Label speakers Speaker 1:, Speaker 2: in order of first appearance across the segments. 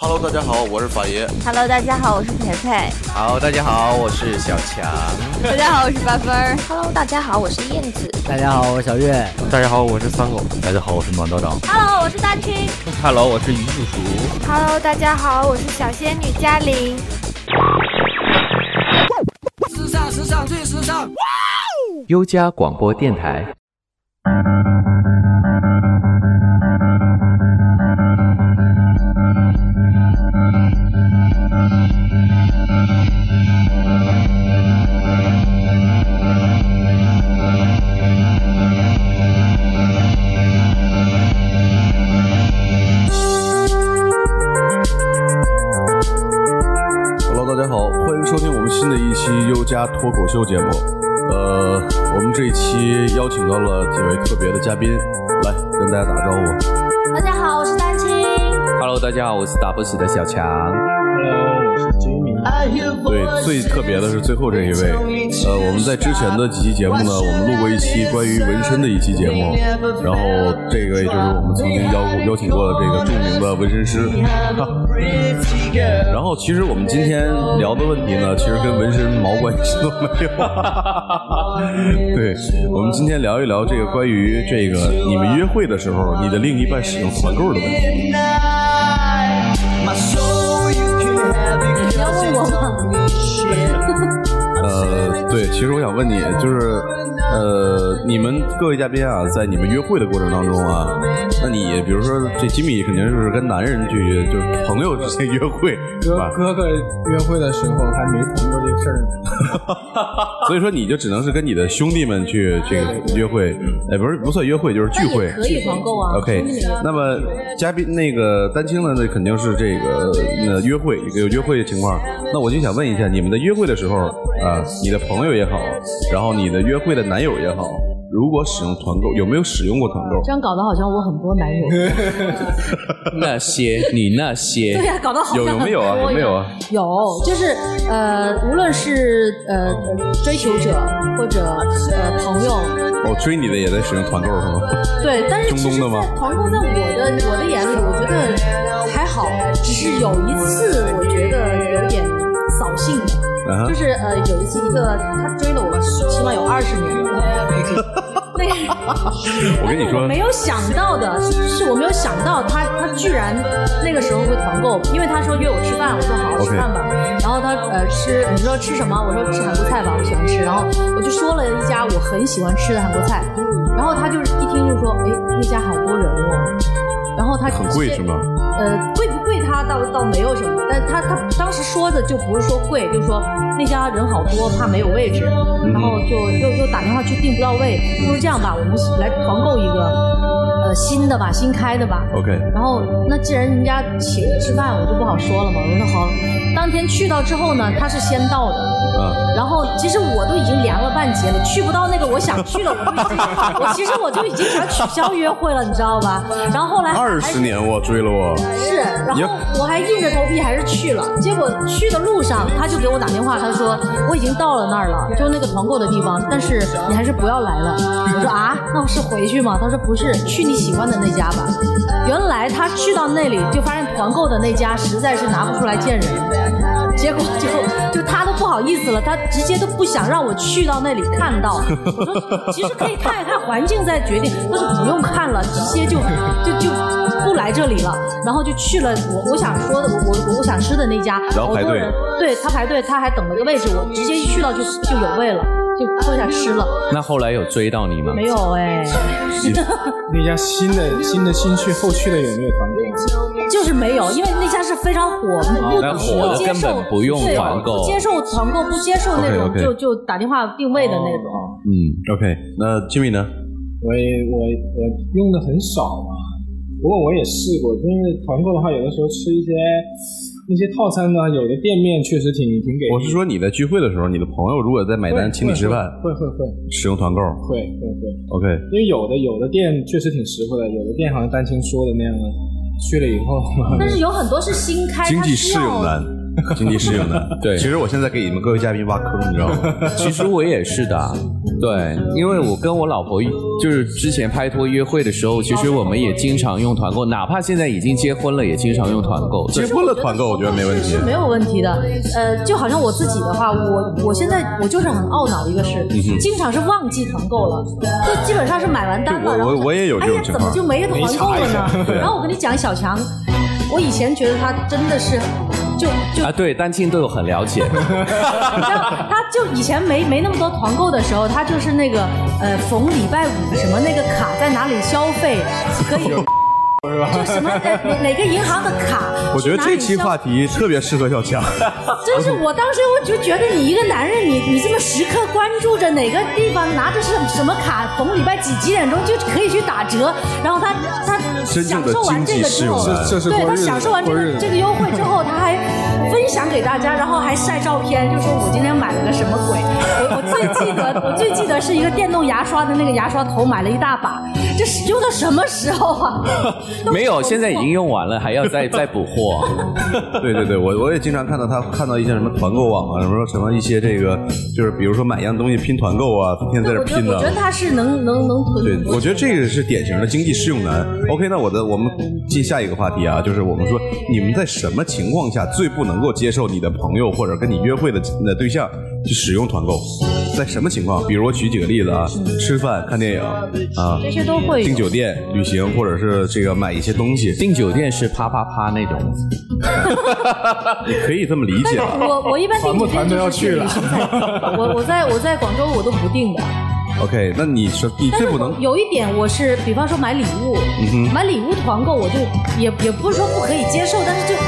Speaker 1: Hello，大家好，我是法爷。
Speaker 2: Hello，大家好，我是培培。
Speaker 3: 好，大家好，我是小强。
Speaker 2: 大家好，我是八分儿。
Speaker 4: Hello，大家好，我是燕子。
Speaker 5: 大家好，我是小月。
Speaker 6: 大家好，我是三狗。
Speaker 7: 大家好，我是暖道长。
Speaker 2: Hello，我是大军。
Speaker 3: Hello，我是于叔叔。
Speaker 8: Hello，大家好，我是小仙女嘉玲。
Speaker 9: 时尚，时尚，最时尚！哇
Speaker 10: 哦！优家广播电台。
Speaker 1: 大家好，欢迎收听我们新的一期优家脱口秀节目。呃，我们这一期邀请到了几位特别的嘉宾，来跟大家打个招呼。
Speaker 2: 大家好，我是丹青。
Speaker 3: Hello，大家好，我是打不死的小强。
Speaker 11: Hello，我是吉米。
Speaker 1: 对，最特别的是最后这一位。呃，我们在之前的几期节目呢，我们录过一期关于纹身的一期节目，然后这位就是我们曾经邀邀请过的这个著名的纹身师。 哈然后，其实我们今天聊的问题呢，其实跟纹身毛关系都没有。对，我们今天聊一聊这个关于这个你们约会的时候，你的另一半使用团购的问题。
Speaker 2: 你要问我吗？
Speaker 1: 呃，对，其实我想问你，就是呃，你们各位嘉宾啊，在你们约会的过程当中啊，那你比如说这吉米肯定是跟男人去，就是朋友之间约会，
Speaker 11: 哥哥哥约会的时候还没谈过这事儿
Speaker 1: 呢， 所以说你就只能是跟你的兄弟们去这个约会，哎，不是不算约会，就是聚会，呃
Speaker 2: 可以团购啊。
Speaker 1: OK，那么嘉宾那个丹青呢，那肯定是这个呃约会有约会的情况，那我就想问一下，你们在约会的时候啊。啊，你的朋友也好，然后你的约会的男友也好，如果使用团购，有没有使用过团购？
Speaker 2: 这样搞得好像我很多男友。
Speaker 3: 那些你那些
Speaker 2: 对呀、啊，搞得好
Speaker 1: 有有没有啊？有没有啊？
Speaker 2: 有，就是呃，无论是呃追求者或者呃朋友，
Speaker 1: 哦，追你的也在使用团购是吗？
Speaker 2: 对，但是
Speaker 1: 中东的吗？
Speaker 2: 团购在我的我的眼里，我觉得还好，只是有一次我觉得有点扫兴的。Uh
Speaker 1: 啊
Speaker 2: huh. 就是呃，有一次一个他追了我，起码有二十年了。对，
Speaker 1: 我跟你说，
Speaker 2: 没有想到的是，我没有想到他他居然那个时候会团购，因为他说约我吃饭，我说好吃饭吧。然后他呃吃，你说吃什么？我说吃韩国菜吧，我喜欢吃。然后我就说了一家我很喜欢吃的韩国菜，然后他就是一听就说，哎，那家好多人哦。然后他
Speaker 1: 很贵是吗？
Speaker 2: 呃，贵不贵他倒倒没有什么，但他他当时说的就不是说贵，就是说那家人好多，怕没有位置，然后就又又打电话去订不到位，不如这样吧，我们来团购一个呃新的吧，新开的吧。
Speaker 1: OK。
Speaker 2: 然后那既然人家请吃饭，我就不好说了嘛。我说好，当天去到之后呢，他是先到的。
Speaker 1: 啊
Speaker 2: 嗯。然后其实我都已经凉了半截了，去不到那个我想去了，我就已经我其实我就已经想取消约会了，你知道吧？然后后来。
Speaker 1: 二十年我追了我，
Speaker 2: 是，然后我还硬着头皮还是去了。结果去的路上，他就给我打电话，他说我已经到了那儿了，就那个团购的地方，但是你还是不要来了。我说啊，那我是回去吗？他说不是，去你喜欢的那家吧。原来他去到那里就发现团购的那家实在是拿不出来见人，结果就就他都不好意思了，他直接都不想让我去到那里看到。我说其实可以看一看环境再决定，他说不用看了，直接就就就。就不来这里了，然后就去了我我想说的我我我想吃的那家，
Speaker 1: 然后排队，
Speaker 2: 对他排队，他还等了个位置，我直接一去到就就有位了，就坐下吃了。
Speaker 3: 那后来有追到你吗？
Speaker 2: 没有哎。
Speaker 11: 那家新的新的新去后去的有没有团购？啊
Speaker 2: 就是没有，因为那家是非常火，
Speaker 3: 不接受不用团购，
Speaker 2: 不接受团购，不接受那种就就打电话定位的那种。
Speaker 1: 嗯，OK，那 Jimmy 呢？
Speaker 11: 我我我用的很少嘛。不过我也试过，就是团购的话，有的时候吃一些那些套餐呢，有的店面确实挺挺给力。
Speaker 1: 我是说你在聚会的时候，你的朋友如果在买单请你吃饭，
Speaker 11: 会会会
Speaker 1: 使用团购，
Speaker 11: 会会会。
Speaker 1: OK，
Speaker 11: 因为有的有的店确实挺实惠的，有的店好像丹青说的那样，去了以后。
Speaker 2: 但是有很多是新开，
Speaker 1: 经济适用 难，经济适用难。
Speaker 3: 对，
Speaker 1: 其实我现在给你们各位嘉宾挖坑，你知道吗？
Speaker 3: 其实我也是的。对，因为我跟我老婆就是之前拍拖约会的时候，其实我们也经常用团购，哪怕现在已经结婚了，也经常用团购。
Speaker 1: 结婚了团购，我觉得没问题
Speaker 2: 是。没有问题的。呃，就好像我自己的话，我我现在我就是很懊恼一个事，
Speaker 1: 嗯
Speaker 2: 经常是忘记团购了，就基本上是买完单
Speaker 1: 对
Speaker 2: 了，
Speaker 1: 我
Speaker 2: 然后
Speaker 1: 我我也有这种
Speaker 2: 哎呀，
Speaker 1: 情
Speaker 2: 怎
Speaker 1: 况
Speaker 2: 么就没团购了呢？然后我跟你讲，小强，我以前觉得他真的是就就
Speaker 3: 啊，对，丹青对我很了 解，
Speaker 2: 你知道， 他就以前没没那么多团购的时候，他就是那个呃，逢礼拜五什么那个卡在哪里消费可以，就什么呃哪哪个银行的卡，
Speaker 1: 我觉得这期话题
Speaker 2: 题
Speaker 1: 特别适合小强，
Speaker 2: 真是我当时我就觉得你一个男人，你你这么时刻关注着哪个地方拿着是什么卡，逢礼拜几几点钟就可以去打折，然后他他
Speaker 1: 真正
Speaker 2: 享
Speaker 1: 的
Speaker 2: 受完
Speaker 1: 经
Speaker 2: 这
Speaker 1: 济
Speaker 2: 个
Speaker 1: 适
Speaker 2: 之
Speaker 1: 用
Speaker 2: 后。
Speaker 1: 男。
Speaker 11: 这是
Speaker 2: 对
Speaker 11: 过
Speaker 2: 他
Speaker 11: 日子，
Speaker 2: 享受完这
Speaker 11: 过
Speaker 2: 个
Speaker 11: 日子
Speaker 2: 这个优惠之后，他还分享给大家，然后还晒照片，就说我今天买了个什么鬼。我我最记得，我最记得是一个电动牙刷的那个牙刷头，买了一大把，这是用到什么时候啊？ 都
Speaker 3: 没有，现在已经用完了，还要再再补货。
Speaker 1: 对对对，我我也经常看到他看到一些什么团购网啊，什么什么一些这个，就是比如说买一样东西拼团购啊，天天在
Speaker 2: 对
Speaker 1: 这
Speaker 2: 我觉
Speaker 1: 拼
Speaker 2: 得，
Speaker 1: 的
Speaker 2: 我觉。得他是能能能
Speaker 1: 对
Speaker 2: 囤，。
Speaker 1: 我觉得这个是典型的经济适用男。OK，那我的我们进下一个话题啊，就是我们说你们在什么情况下最不能够接受你的朋友或者跟你约会的的对象去使用团购？在什么情况？比如我举几个例子啊，吃饭、看电影啊，
Speaker 2: 嗯这些都会有
Speaker 1: 订酒店、旅行或者是这个买一些东西，
Speaker 3: 订酒店是啪啪啪那种，
Speaker 1: 你可以这么理解啊吧。
Speaker 2: 我我一 般订酒店
Speaker 11: 团不团都
Speaker 2: 就
Speaker 11: 要
Speaker 2: 是
Speaker 11: 去了
Speaker 2: 旅行社我我在我在广州我都不订的。
Speaker 1: OK，那你是你
Speaker 2: 但
Speaker 1: 最
Speaker 2: 是
Speaker 1: 不能
Speaker 2: 有一点，我是比方说买礼物，
Speaker 11: 嗯
Speaker 2: 买礼物团购，我就也也不是说不可以接受，但是就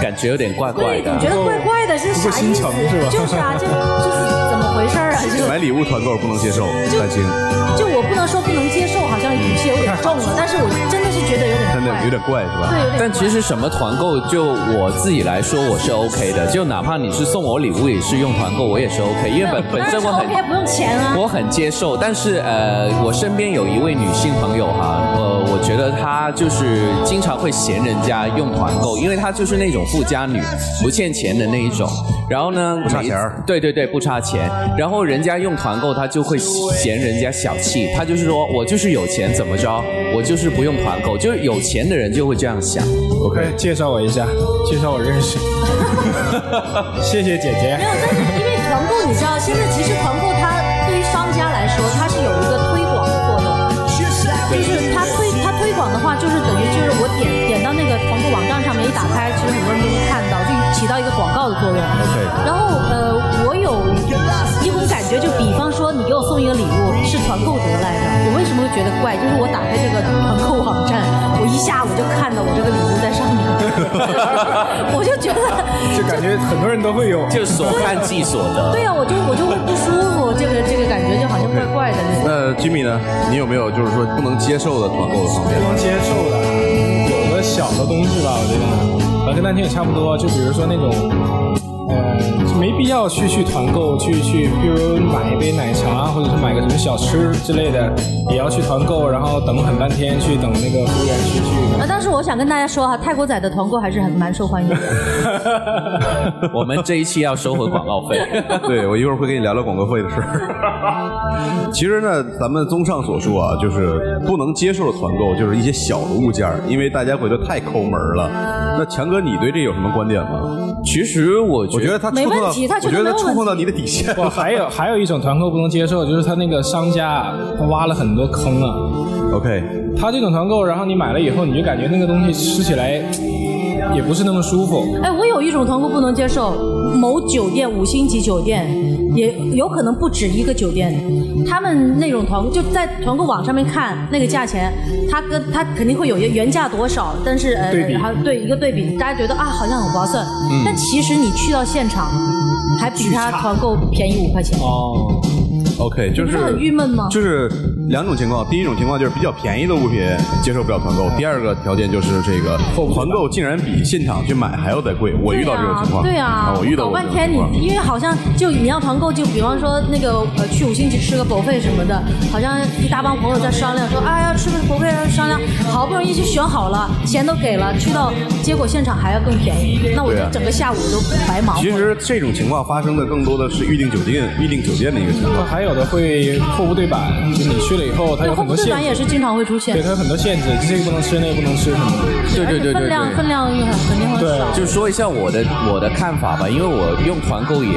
Speaker 3: 感觉有点怪怪
Speaker 2: 对，总觉
Speaker 3: 的。
Speaker 2: 得怪怪的，这
Speaker 11: 不
Speaker 2: 啥
Speaker 11: 够
Speaker 2: 意
Speaker 11: 心
Speaker 2: 思
Speaker 11: 诚是吧？
Speaker 2: 就是啊，这这是怎么回事儿啊？就
Speaker 1: 买礼物团购不能接受，担心
Speaker 2: 就我不能说不能接受，好像语气有点重
Speaker 11: 嗯
Speaker 2: 了，但是我真的是觉得有点
Speaker 1: 真的
Speaker 2: 怪，
Speaker 1: 有点怪是吧？
Speaker 2: 对，有点怪。
Speaker 3: 但其实什么团购，就我自己来说，我是 OK 的。就哪怕你是送我礼物，也是用团购，我也是 OK。因为 本本身我很
Speaker 2: OK 不用钱啊，
Speaker 3: 我很接受，但是呃，我身边有一位女性朋友哈，呃，我觉得她就是经常会嫌人家用团购，因为她就是那种富家女，不欠钱的那一种。然后呢，不
Speaker 1: 差钱儿
Speaker 3: 对对对，不差钱。然后人家用团购，她就会嫌人家小气，她就是说我就是有钱，怎么着，我就是不用团购，就是有钱的人就会这样想。
Speaker 11: OK，介绍我一下，介绍我认识。 谢谢姐姐
Speaker 2: 没。有，但是因为团购，你知道，现在其实团购它对于商家来说，它是有一个推广的作用，就是它推它推广的话，就是等于就是我点点到那个团购网站上面一打开，其实很多人都能看到，就起到一个广告的作用。
Speaker 1: OK
Speaker 2: 然后呃，我有一种感觉，就比方说你给我送一个礼物是团购得来的，我为什么会觉得怪？就是我打开这个团购网站，我一下我就看到我这个礼物在上面， 我就觉得
Speaker 11: 就感觉很多人都会有，
Speaker 3: 就所看即所得。
Speaker 2: 对呀、啊我就我就会不舒服，这个这个感觉就好像怪怪的那种。
Speaker 1: 那 Jimmy 呢？你有没有就是说不能接受的团购的方面？
Speaker 11: 能接受的，有的小的东西吧，我觉得，呃，跟那天也差不多。就比如说那种，呃，就没必要去去团购，去呃去，比如买一杯奶茶，或者是买个什么小吃之类的，也要去团购，然后等很半天，去等那个服务员去去。
Speaker 2: 啊，但是我想跟大家说哈、泰国仔的团购还是很蛮受欢迎的。
Speaker 3: 我们这一期要收回广告费。
Speaker 1: 对我一会儿会跟你聊聊广告费的事儿。 其实呢，咱们综上所述啊，就是不能接受的团购就是一些小的物件儿，因为大家会觉得太抠门儿了。那强哥，你对这有什么观点吗？
Speaker 3: 其实我
Speaker 1: 我
Speaker 3: 觉
Speaker 1: 觉
Speaker 3: 得
Speaker 1: 得他触碰
Speaker 2: 没
Speaker 1: 到，
Speaker 2: 问题他
Speaker 1: 我
Speaker 2: 觉得
Speaker 1: 觉得他
Speaker 2: 没有
Speaker 1: 触碰到
Speaker 2: 问
Speaker 1: 你的底线。
Speaker 11: 哇，还有还有一种团购不能接受，就是他那个商家他挖了很多坑啊。
Speaker 1: OK，
Speaker 11: 他这种团购，然后你买了以后，你就感觉那个东西吃起来也不是那么舒服。
Speaker 2: 哎，我有一种团购不能接受，某酒店五星级酒店，也有可能不止一个酒店，他们那种团购就在团购网上面看那个价钱，它跟它肯定会有一个原价多少，但是呃，
Speaker 11: 对比嗯
Speaker 2: 然后对一个对比，大家觉得啊好像很划算，但其实你去到现场，还比他团购便宜五块钱，
Speaker 11: 哦，
Speaker 1: OK，就
Speaker 2: 你不
Speaker 1: 是
Speaker 2: 是很郁闷吗？
Speaker 1: 就是两种情况，第一种情况就是比较便宜的物品接受不了团购，第二个条件就是这个团购竟然比现场去买还要再贵，我遇到这种情况，
Speaker 2: 对啊，
Speaker 1: 我遇到
Speaker 2: 搞
Speaker 1: 过
Speaker 2: 半
Speaker 1: 这种
Speaker 2: 天
Speaker 1: 情
Speaker 2: 你
Speaker 1: 况，
Speaker 2: 因为好像就你要团购，就比方说那个呃去五星级吃个博费什么的，好像一大帮朋友在商量说，哎呀吃个博费商量，好不容易就选好了，钱都给了，去到结果现场还要更便宜，那我
Speaker 1: 对
Speaker 2: 就
Speaker 1: 啊
Speaker 2: 整个下午都白忙活
Speaker 1: 其
Speaker 2: 了。
Speaker 1: 实这种情况发生的更多的是预订酒店、预订酒店的一个情况。
Speaker 11: 还有有的会货不对版，就你去了以后，它
Speaker 2: 对，
Speaker 11: 有
Speaker 2: 后
Speaker 11: 很
Speaker 2: 部
Speaker 11: 多
Speaker 2: 队
Speaker 11: 限
Speaker 2: 版也
Speaker 11: 制，
Speaker 2: 是经常会出现
Speaker 11: 对，，它有很多限制，这个不能吃，那个不能吃什么的。
Speaker 3: 对对对对
Speaker 2: 分量分量又很肯定会
Speaker 11: 对啊
Speaker 2: 少。
Speaker 3: 就说一下我的我的看法吧，因为我用团购也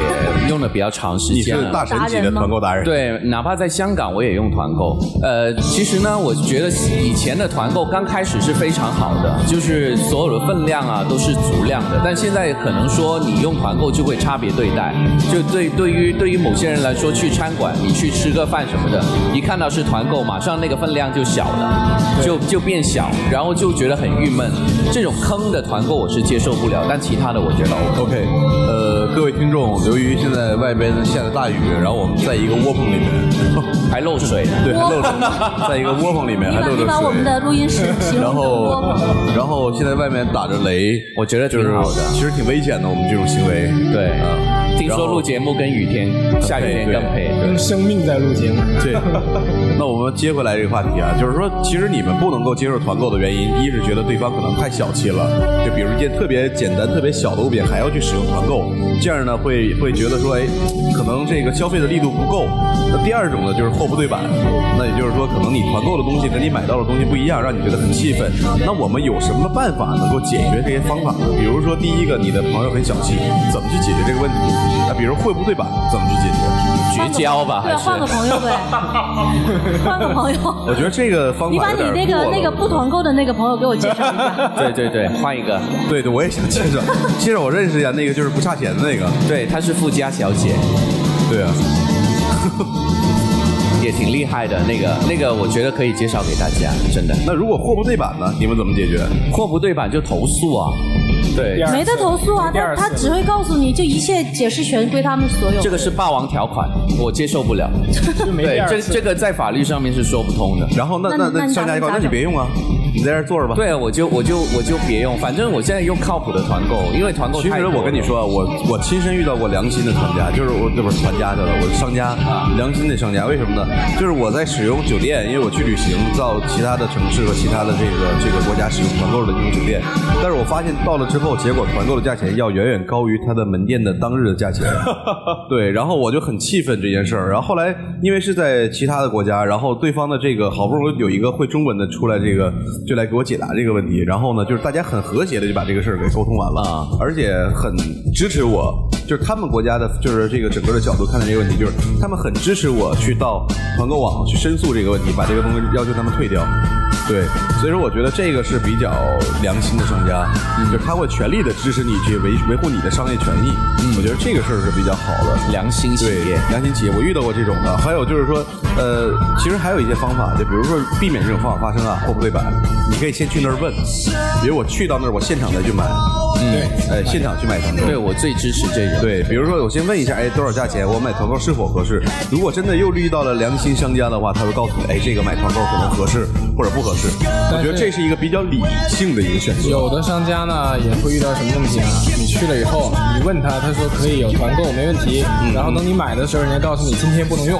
Speaker 3: 用的比较长时
Speaker 1: 你
Speaker 3: 间
Speaker 1: 是
Speaker 3: 了。
Speaker 1: 大神级的团购达人，，
Speaker 3: 啊 对，哪怕在香港我也用团购。呃，其实呢，我觉得以前的团购刚开始是非常好的，就是所有的分量啊都是足量的。但现在可能说你用团购就会差别对待，就对对于对于某些人来说，去餐馆你去吃个饭什么的，一看到是团购，马上那个分量就小了，就就变小，然后就觉得很郁闷。这种坑的团购我是接受不了，但其他的我觉得 OK。
Speaker 1: OK，呃，各位听众，由于现在外边下着大雨，然后我们在一个窝棚里面，
Speaker 3: 还漏水呢。
Speaker 1: 对，还漏
Speaker 2: 窝
Speaker 1: 着，在一个窝棚里面
Speaker 2: 你
Speaker 1: 还
Speaker 2: 把
Speaker 1: 漏
Speaker 2: 你
Speaker 1: 着
Speaker 2: 把我
Speaker 1: 水
Speaker 2: 们的。录音 室形
Speaker 1: 然
Speaker 2: 容成窝
Speaker 1: 后
Speaker 2: 棚，
Speaker 1: 然后现在外面打着雷，
Speaker 3: 我觉得
Speaker 1: 就
Speaker 3: 挺
Speaker 1: 是
Speaker 3: 好的
Speaker 1: 其实挺危险的，我们这种行为。
Speaker 3: 对
Speaker 1: 啊，
Speaker 3: 听说录节目跟雨天、下雨天更配。
Speaker 11: 用生命在录节目，
Speaker 1: 对，那我们接回来这个话题啊，就是说，其实你们不能够接受团购的原因，一是觉得对方可能太小气了，就比如一件特别简单、特别小的物品还要去使用团购，这样呢会会觉得说，哎，可能这个消费的力度不够。那第二种呢，就是货不对版，那也就是说，可能你团购的东西和你买到的东西不一样，让你觉得很气愤。那我们有什么办法能够解决这些方法呢？比如说，第一个，你的朋友很小气，怎么去解决这个问题？那比如货不对版怎么去解决？
Speaker 3: 绝交吧，
Speaker 2: 对，
Speaker 3: 还
Speaker 2: 换个
Speaker 3: 是
Speaker 2: 朋友 呗，换个朋
Speaker 1: 我
Speaker 2: 友。
Speaker 1: 觉得这个方法
Speaker 2: 你把
Speaker 1: 有
Speaker 2: 你
Speaker 1: 点
Speaker 2: 那
Speaker 1: 过
Speaker 2: 个
Speaker 1: 了
Speaker 2: 那个不团购的那个朋友给我介绍一下。
Speaker 3: 对对对，换一个。
Speaker 1: 对对，我也想介 绍，介绍我认识一下那个就是不差钱的那个。
Speaker 3: 对，她是富家小姐，
Speaker 1: 对啊，
Speaker 3: 也挺厉害的。那个那个，我觉得可以介绍给大家，真的。
Speaker 1: 那如果货不对版呢？你们怎么解决？
Speaker 3: 货不对版就投诉啊。
Speaker 11: 第
Speaker 3: 对，
Speaker 11: 二
Speaker 2: 没得
Speaker 11: 次
Speaker 2: 投诉啊，
Speaker 11: 第
Speaker 2: 他
Speaker 11: 二次
Speaker 2: 他只会告诉你，就一切解释权归他们所有。
Speaker 3: 这个是霸王条款，我接受不了。
Speaker 11: 就没第
Speaker 3: 对，
Speaker 11: 二
Speaker 3: 这
Speaker 11: 次。
Speaker 3: 这个在法律上面是说不通的。
Speaker 1: 然后那
Speaker 2: 那
Speaker 1: 那
Speaker 2: 那你
Speaker 1: 商家
Speaker 2: 咋
Speaker 1: 告诉你，那你
Speaker 2: 咋整
Speaker 1: 别用啊，你在这儿坐着吧。。
Speaker 3: 对啊，我就我就我就别用，反正我现在用靠谱的团购，因为团购
Speaker 1: 其
Speaker 3: 太
Speaker 1: 实
Speaker 3: 多了
Speaker 1: 我跟你，说啊，我我亲身遇到过良心的商家，就是我这不是团家去了，我是商家，
Speaker 3: 啊
Speaker 1: 良心的商家。为什么呢？就是我在使用酒店，因为我去旅行到其他的城市和其他的这个这个国家使用团购的这种酒店，但是我发现到了之后，结果团购的价钱要远远高于它的门店的当日 的价钱。对，然后我就很气愤这件事儿。然后后来因为是在其他的国家，然后对方的这个好不容易有一个会中文的出来，这个就来给我解答这个问题。然后呢，就是大家很和谐的就把这个事儿给沟通完了，
Speaker 3: 啊
Speaker 1: 而且很支持我。就是他们国家的，就是这个整个的角度看待这个问题，就是他们很支持我去到团购网去申诉这个问题，把这个东西要求他们退掉。对，所以说我觉得这个是比较良心的商家，就是他会全力的支持你去维维护你的商业权益。我觉得这个事儿是比较好的。
Speaker 3: 良心企
Speaker 1: 对
Speaker 3: 业，
Speaker 1: 良心企业，我遇到过这种的。还有就是说，呃，其实还有一些方法，就比如说避免这种方法发生啊，货不对版，你可以先去那儿问，比如我去到那儿，我现场再去买，
Speaker 11: 对，
Speaker 1: 哎，现场去买团购。
Speaker 3: 嗯对我最支持这种。
Speaker 1: 对，比如说我先问一下，哎，多少价钱？我买团购是否合适？如果真的又遇到了良心商家的话，他会告诉你，哎，这个买团购可能合适或者不合适。我觉得这是一个比较理性的一个选择。
Speaker 11: 有的商家呢也会遇到什么问题啊？你去了以后，你问他，他说可以有团购，没问题。
Speaker 1: 嗯
Speaker 11: 然后等你买的时候，人家告诉你今天不能用。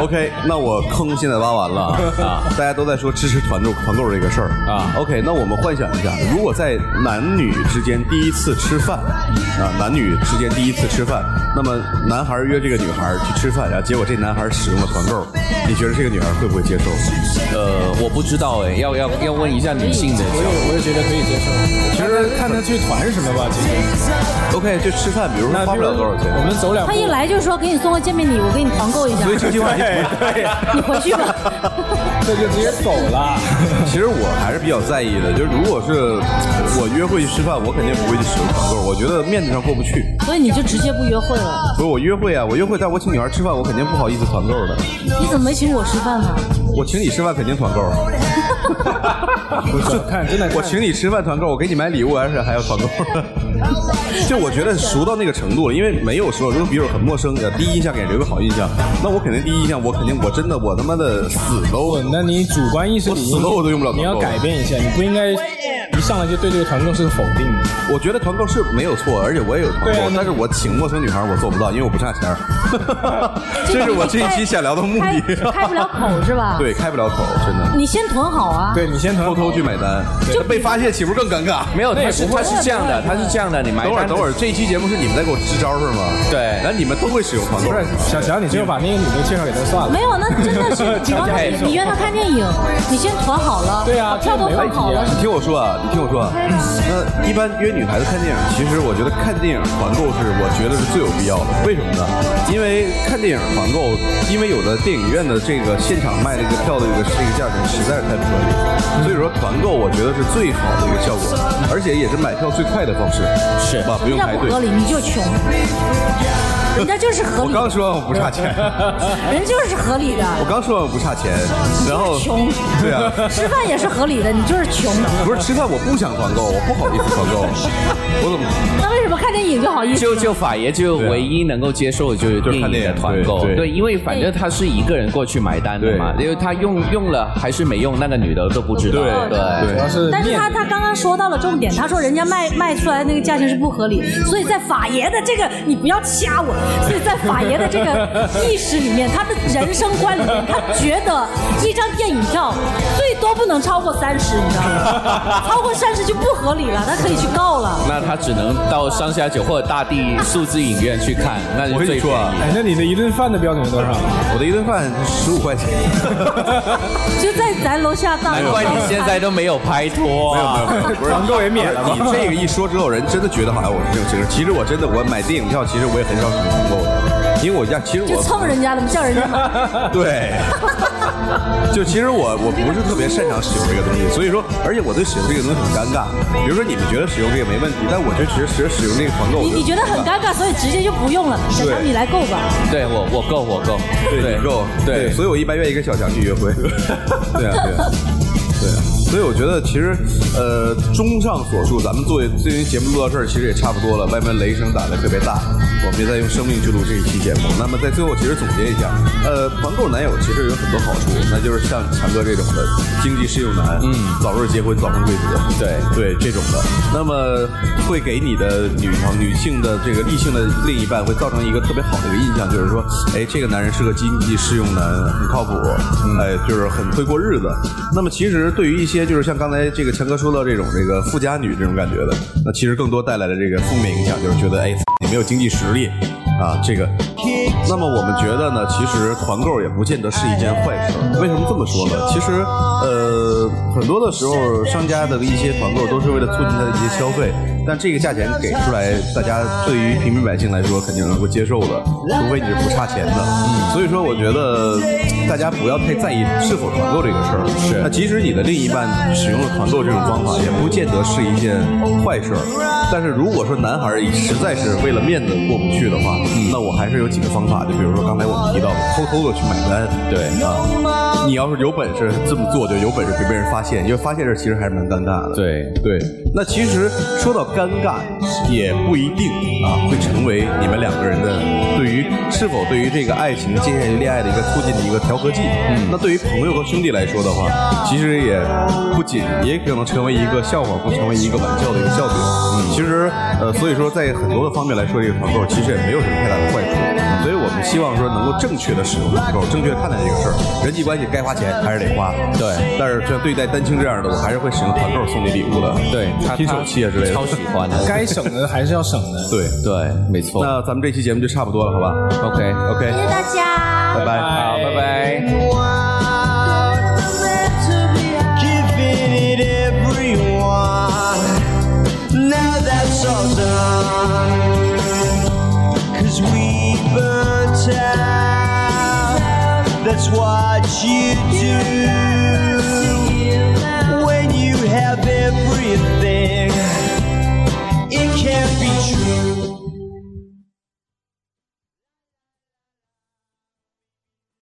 Speaker 1: OK，那我坑现在挖完了 啊！大家都在说支持团购团购这个事儿
Speaker 3: 啊
Speaker 1: OK，那我们幻想一下，如果在男女之间第一次吃饭啊，男女之间第一次吃饭，那么男孩约这个女孩去吃饭，然后结果这男孩使用了团购，你觉得这个女孩会不会接受？
Speaker 3: 呃，我不知道哎，要要要问一下女性的。
Speaker 11: 我也我也觉得可以接受。其实看他去团什么吧，其实
Speaker 1: OK，就吃饭，比如说
Speaker 11: 那
Speaker 1: 花不了多少钱
Speaker 11: 比如。我们走两
Speaker 2: 他
Speaker 11: 步，
Speaker 2: 一来就说给你送个见面礼，我给你团购一下
Speaker 1: 所，以这句话就
Speaker 2: 你回去吧。
Speaker 11: 这就直接走了。
Speaker 1: 其实我还是比较在意的，就是如果是呃我约会去吃饭，我肯定不会去使用团购，我觉得面子上过不去。
Speaker 2: 所以你就直接不约会了？
Speaker 1: 不是我约会啊，我约会，但我请女孩吃饭，我肯定不好意思团购的。
Speaker 2: 你怎么没请我吃饭呢？
Speaker 1: 我请你吃饭肯定团购，
Speaker 11: 不是 看真的看，
Speaker 1: 我请你吃饭团购，我给你买礼物，而且还要团购。 就我觉得熟到那个程度了，因为没有说，如果比如很陌生，呃第一印象给人留个好印象，那我肯定第一印象，我肯定我真的我他妈的死都
Speaker 11: 哦不，那你主观意识里
Speaker 1: 我死了我都用不了团购
Speaker 11: 你要改变一下，你不应该一上来就对这个团购是否定的。
Speaker 1: 我觉得团购是没有错，而且我也有团
Speaker 11: 对啊
Speaker 1: 购，
Speaker 11: 那
Speaker 1: 但是我请陌生女孩我做不到，因为我不差钱儿。 这是我这一期想聊的目
Speaker 2: 开
Speaker 1: 的。
Speaker 2: 开不了口是
Speaker 1: 啊
Speaker 2: 吧？，
Speaker 1: 对，开不了口，真的。
Speaker 2: 你先囤好啊。
Speaker 11: 对你先团
Speaker 1: 偷偷去买单，那被发现岂不是更尴尬？
Speaker 3: 没有，
Speaker 11: 那
Speaker 3: 他
Speaker 11: 也
Speaker 3: 是
Speaker 11: 不
Speaker 3: 他
Speaker 11: 会
Speaker 3: 是这样的，他是这样的，你买
Speaker 1: 等会儿，
Speaker 3: 单
Speaker 1: 等会儿，这一期节目是你们在给我支招是吗？
Speaker 3: 对
Speaker 1: 那你们都会使用团购
Speaker 11: 不是小乔，你最后把那个女的介绍给他算了。
Speaker 2: 没有，那真的是，比方说你你约他看电影，你先囤好了，
Speaker 11: 对
Speaker 2: 把
Speaker 11: 啊
Speaker 2: 票都放好了
Speaker 11: 这个没问题啊，
Speaker 1: 你听我说啊，你听我说啊，
Speaker 3: 嗯
Speaker 1: 那一般约女孩子看电影，其实我觉得看电影团购是我觉得是最有必要的。为什么呢？因为看电影团购，因为有的电影院的这个现场卖这个票的这个这个价格实在是太不合理，所以说团购我觉得是最好的一个效果，而且也是买票最快的方式，
Speaker 3: 是
Speaker 1: 吧？不用
Speaker 2: 人家
Speaker 1: 排
Speaker 2: 不
Speaker 1: 队。
Speaker 2: 合理，你就穷，人家就是合
Speaker 1: 我
Speaker 2: 理，
Speaker 1: 刚说完我不差 钱，
Speaker 2: 人就是合理的，
Speaker 1: 我刚说完我不差钱，然后
Speaker 2: 穷，
Speaker 1: 对啊，
Speaker 2: 吃饭也是合理的，你就是穷。
Speaker 1: 不是吃饭我不想团购，我不好意思团购，我怎么？
Speaker 2: 那为什么看电影就好意思？
Speaker 3: 就就法爷就唯一能够接受的就是电影的团购，
Speaker 1: 就是看电影对对
Speaker 3: 因为反正他是一个人过去买单的嘛，
Speaker 1: 对
Speaker 3: 因为他用用了还是没用，那个女的都不知道。
Speaker 2: 对
Speaker 11: 主要是
Speaker 2: 但是
Speaker 11: 面
Speaker 2: 他他刚刚说到了重点，他说人家卖卖出来那个价钱是不合理，所以在法爷的这个你不要掐我， 所以在法爷的这个意识里面，他的人生观里面，他觉得一张电影票最多不能超过三十，你知道 吗？超过三十就不合理了，他可以去告了。
Speaker 3: 那他只能到上下九或者大地数字影院去看，那
Speaker 1: 我
Speaker 3: 是
Speaker 1: 跟
Speaker 3: 最便
Speaker 1: 你说啊
Speaker 3: 宜。
Speaker 11: 哎，那你的一顿饭的标准是多少？
Speaker 1: 我的一顿饭十五块钱，
Speaker 2: 就在咱楼下大
Speaker 3: 难怪你现在都没有拍拖、啊，
Speaker 1: 不是
Speaker 11: 团购也免了
Speaker 1: 你
Speaker 11: 吗？
Speaker 1: 这个一说之后，人真的觉得好像我是这种形式。其实我真的，我买电影票，其实我也很少使用团购的，因为我家其实
Speaker 2: 就
Speaker 1: 我
Speaker 2: 蹭人家的，叫人家买。
Speaker 1: 对，就其实我我不是特别擅长使用这个东西，所以说，而且我对使用这个东西很尴尬。比如说你们觉得使用这个没问题，但我觉得其实其实使用这个团购，
Speaker 2: 你你觉得很
Speaker 1: 尬？
Speaker 2: 尴尬，所以直接就不用了。小强，你来购吧。
Speaker 3: 对我我够我够，
Speaker 1: 对，你够
Speaker 3: 对
Speaker 1: 所以我一般愿意跟小强去约会。 对啊，对啊，对啊。所以我觉得其实，呃，综上所述，咱们做这期节目录到这儿，其实也差不多了。外面雷声打得特别大，我们也在用生命去录这一期节目。那么在最后，其实总结一下，呃，团购男友其实有很多好处，那就是像强哥这种的经济适用男，嗯，早日结婚，早生贵子，
Speaker 3: 对
Speaker 1: 对这种的，那么会给你的女朋女性的这个异性的另一半会造成一个特别好的一个印象，就是说，哎，这个男人是个经济适用男，很靠谱，哎，就是很会过日子。那么其实对于一些就是像刚才这个强哥说到这种这个富家女这种感觉的，那其实更多带来的这个负面影响就是觉得，哎，你没有经济实力啊，这个那么我们觉得呢，其实团购也不见得是一件坏事儿。为什么这么说呢？其实，呃，很多的时候，商家的一些团购都是为了促进他的一些消费，但这个价钱给出来，大家对于平民百姓来说肯定能够接受的，除非你是不差钱的。所以说，我觉得大家不要太在意是否团购这个事儿。是那即使你的另一半使用了团购这种方法，也不见得是一件坏事儿。但是如果说男孩儿实在是为了面子过不去的话，那我还是有几个方法，就比如说刚才我们提到的，偷偷的去买单，对啊，你要是有本事这么做，就有本事别被人发现，因为发现这其实还是蛮尴尬的。
Speaker 3: 对
Speaker 1: 对，那其实说到尴尬，也不一定啊会成为你们两个人的对于是否对于这个爱情、接下来恋爱的一个促进的一个调和剂。那对于朋友和兄弟来说的话，其实也不仅也可能成为一个笑话，或成为一个玩笑的一个笑柄。其实呃，所以说在很多的方面来说，这个团购其实也没有什么太大的坏处。所以我们希望说能够正确的使用团购，正确地看待这个事儿。人际关系该花钱还是得花，
Speaker 3: 对
Speaker 1: 但是像对待单亲这样的，我还是会使用团购送你礼物的，
Speaker 3: 对，他
Speaker 1: 拼手气啊之类的。
Speaker 3: 超喜欢的，
Speaker 11: 该省的还是要省的。
Speaker 1: 对，哦
Speaker 3: 对，没错。
Speaker 1: 那咱们这期节目就差不多了，好吧
Speaker 3: OK，
Speaker 1: ？OK，
Speaker 2: 谢谢大家。
Speaker 1: 拜拜。
Speaker 3: 好，拜拜。
Speaker 5: Giving it everyone. Now that's all done. Cause we burnt out. That's what you do. When you have everything, it can't be true.